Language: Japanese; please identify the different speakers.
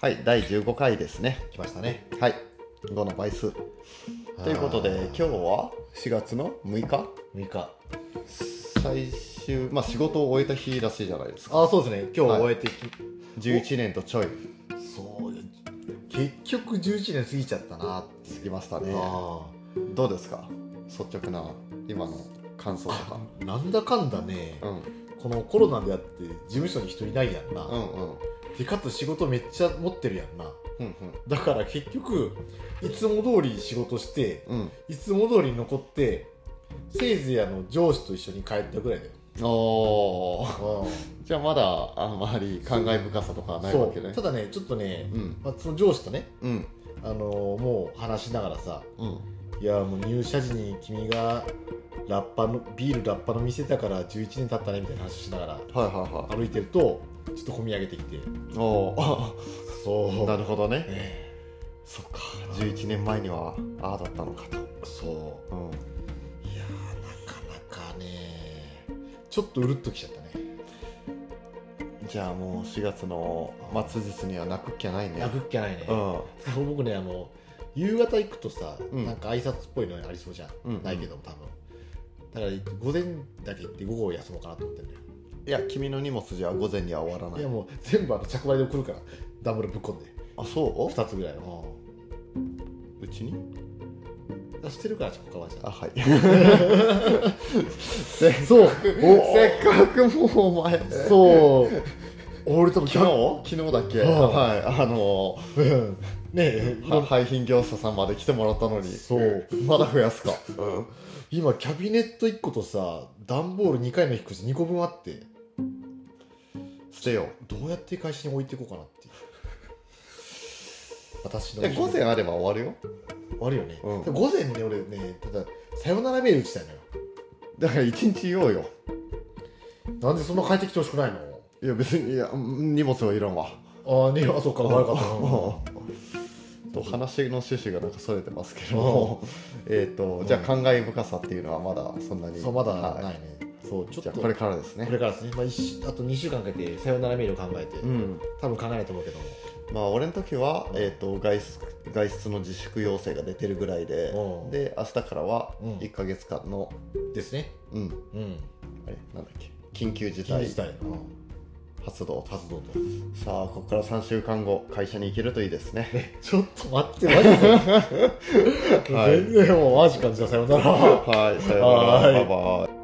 Speaker 1: はい、第15回ですね。
Speaker 2: 来ましたね。
Speaker 1: はい、5の倍数。ということで、今日は4月の6日、
Speaker 2: 6日。
Speaker 1: 最終、まあ、仕事を終えた日らしいじゃないですか。
Speaker 2: ああ、そうですね。今
Speaker 1: は
Speaker 2: 日
Speaker 1: い
Speaker 2: 終えてき、
Speaker 1: 11年とちょい
Speaker 2: そうよ結局11年過ぎちゃったなって。
Speaker 1: 過ぎましたね。
Speaker 2: あ
Speaker 1: どうですか率直な今の感想とか。
Speaker 2: あ。なんだかんだね、
Speaker 1: うん、
Speaker 2: このコロナであって事務所に人いないやんな。
Speaker 1: うん、うん、
Speaker 2: で、かつ仕事めっちゃ持ってるやんな。
Speaker 1: うん、
Speaker 2: だから結局、いつも通り仕事して、
Speaker 1: うん。
Speaker 2: いつも通り残って、せいぜいあの上司と一緒に帰ったぐらいだよ。
Speaker 1: うん、おー
Speaker 2: あ
Speaker 1: じゃあまだあんまり感慨深さとかは
Speaker 2: あ
Speaker 1: ないわけね
Speaker 2: ただね、ちょっとね、
Speaker 1: うん
Speaker 2: まあ、その上司とね、
Speaker 1: うん
Speaker 2: あのーもう話しながらさ、
Speaker 1: うん
Speaker 2: いやもう入社時に君がラッパのビールラッパの店だから11年経ったねみたいな話しながら
Speaker 1: はいはいは
Speaker 2: 歩いてるとちょっと込み上げてきて
Speaker 1: い おー
Speaker 2: そう
Speaker 1: なるほどね
Speaker 2: え
Speaker 1: そっか11年前にはああだったのかと
Speaker 2: えそ
Speaker 1: うん
Speaker 2: ういやーなかなかねちょっとうるっときちゃったね
Speaker 1: じゃあもう4月の末日には泣くっきゃないね
Speaker 2: やぶっきゃないね、
Speaker 1: うん
Speaker 2: そう僕ねあの夕方行くとさ、
Speaker 1: うん
Speaker 2: なんか挨拶っぽいのありそうじゃん、
Speaker 1: うん
Speaker 2: ないけども多分だから午前だけ行って午後休もうかなと思ってるのよ
Speaker 1: いや君の荷物じゃ午前には終わらないい
Speaker 2: やもう全部あの着払いで送るからダブルぶっ込んで
Speaker 1: あそう
Speaker 2: 2つぐらいの
Speaker 1: うちに
Speaker 2: してるからちょっとかわいそう
Speaker 1: あ はい
Speaker 2: そう
Speaker 1: せっかくもうお前う
Speaker 2: そう俺多分
Speaker 1: 昨日昨日だっけ
Speaker 2: うん
Speaker 1: はいあの
Speaker 2: うんねえいろ
Speaker 1: はい
Speaker 2: ろ
Speaker 1: 廃品業者さんまで来てもらったのに
Speaker 2: そう
Speaker 1: まだ増やすかうん
Speaker 2: 今キャビネット1個とさ段ボール2回の引っ越し2個分あって
Speaker 1: 捨てよ
Speaker 2: どうやって会社に置いていこうかなっていう私
Speaker 1: う
Speaker 2: の
Speaker 1: いや午前あれば終わるよ
Speaker 2: あるよね、
Speaker 1: うん
Speaker 2: 午前ね俺ねたださよならメール打ちたいのよ
Speaker 1: だから一日いようよ
Speaker 2: なんでそんな帰ってきてほしくないの
Speaker 1: いや別にいやうん荷物はいらんわ
Speaker 2: ああねあそっか悪かったな
Speaker 1: うんと話の趣旨がなんかそれてますけども、 えっと、じゃあ感慨深さっていうのはまだそんなに。
Speaker 2: そうまだ
Speaker 1: はい
Speaker 2: ないね、そうちょ
Speaker 1: じゃ
Speaker 2: っ
Speaker 1: あ
Speaker 2: と
Speaker 1: これからですね
Speaker 2: こ。れからですね、まあ、一週あと2週間かけてさよならメールを考えて、
Speaker 1: うん。
Speaker 2: 多分考えないと思うけども
Speaker 1: まあ俺の時は、えっ、と外出外出の自粛要請が出てるぐらいで
Speaker 2: う、ん
Speaker 1: で明日からは
Speaker 2: うん
Speaker 1: 一ヶ月間の、
Speaker 2: ですね
Speaker 1: うん、
Speaker 2: うん
Speaker 1: あれなんだっけ緊急事
Speaker 2: 緊急
Speaker 1: 態
Speaker 2: 事態の
Speaker 1: 発動。
Speaker 2: 活動と
Speaker 1: さあここから三週間後会社に行けるといいですね。
Speaker 2: ちょっと待ってマジで、
Speaker 1: はい
Speaker 2: 全然もうマジかじゃあさよなら
Speaker 1: はい、さようなら、
Speaker 2: は
Speaker 1: バ
Speaker 2: い
Speaker 1: イバイ。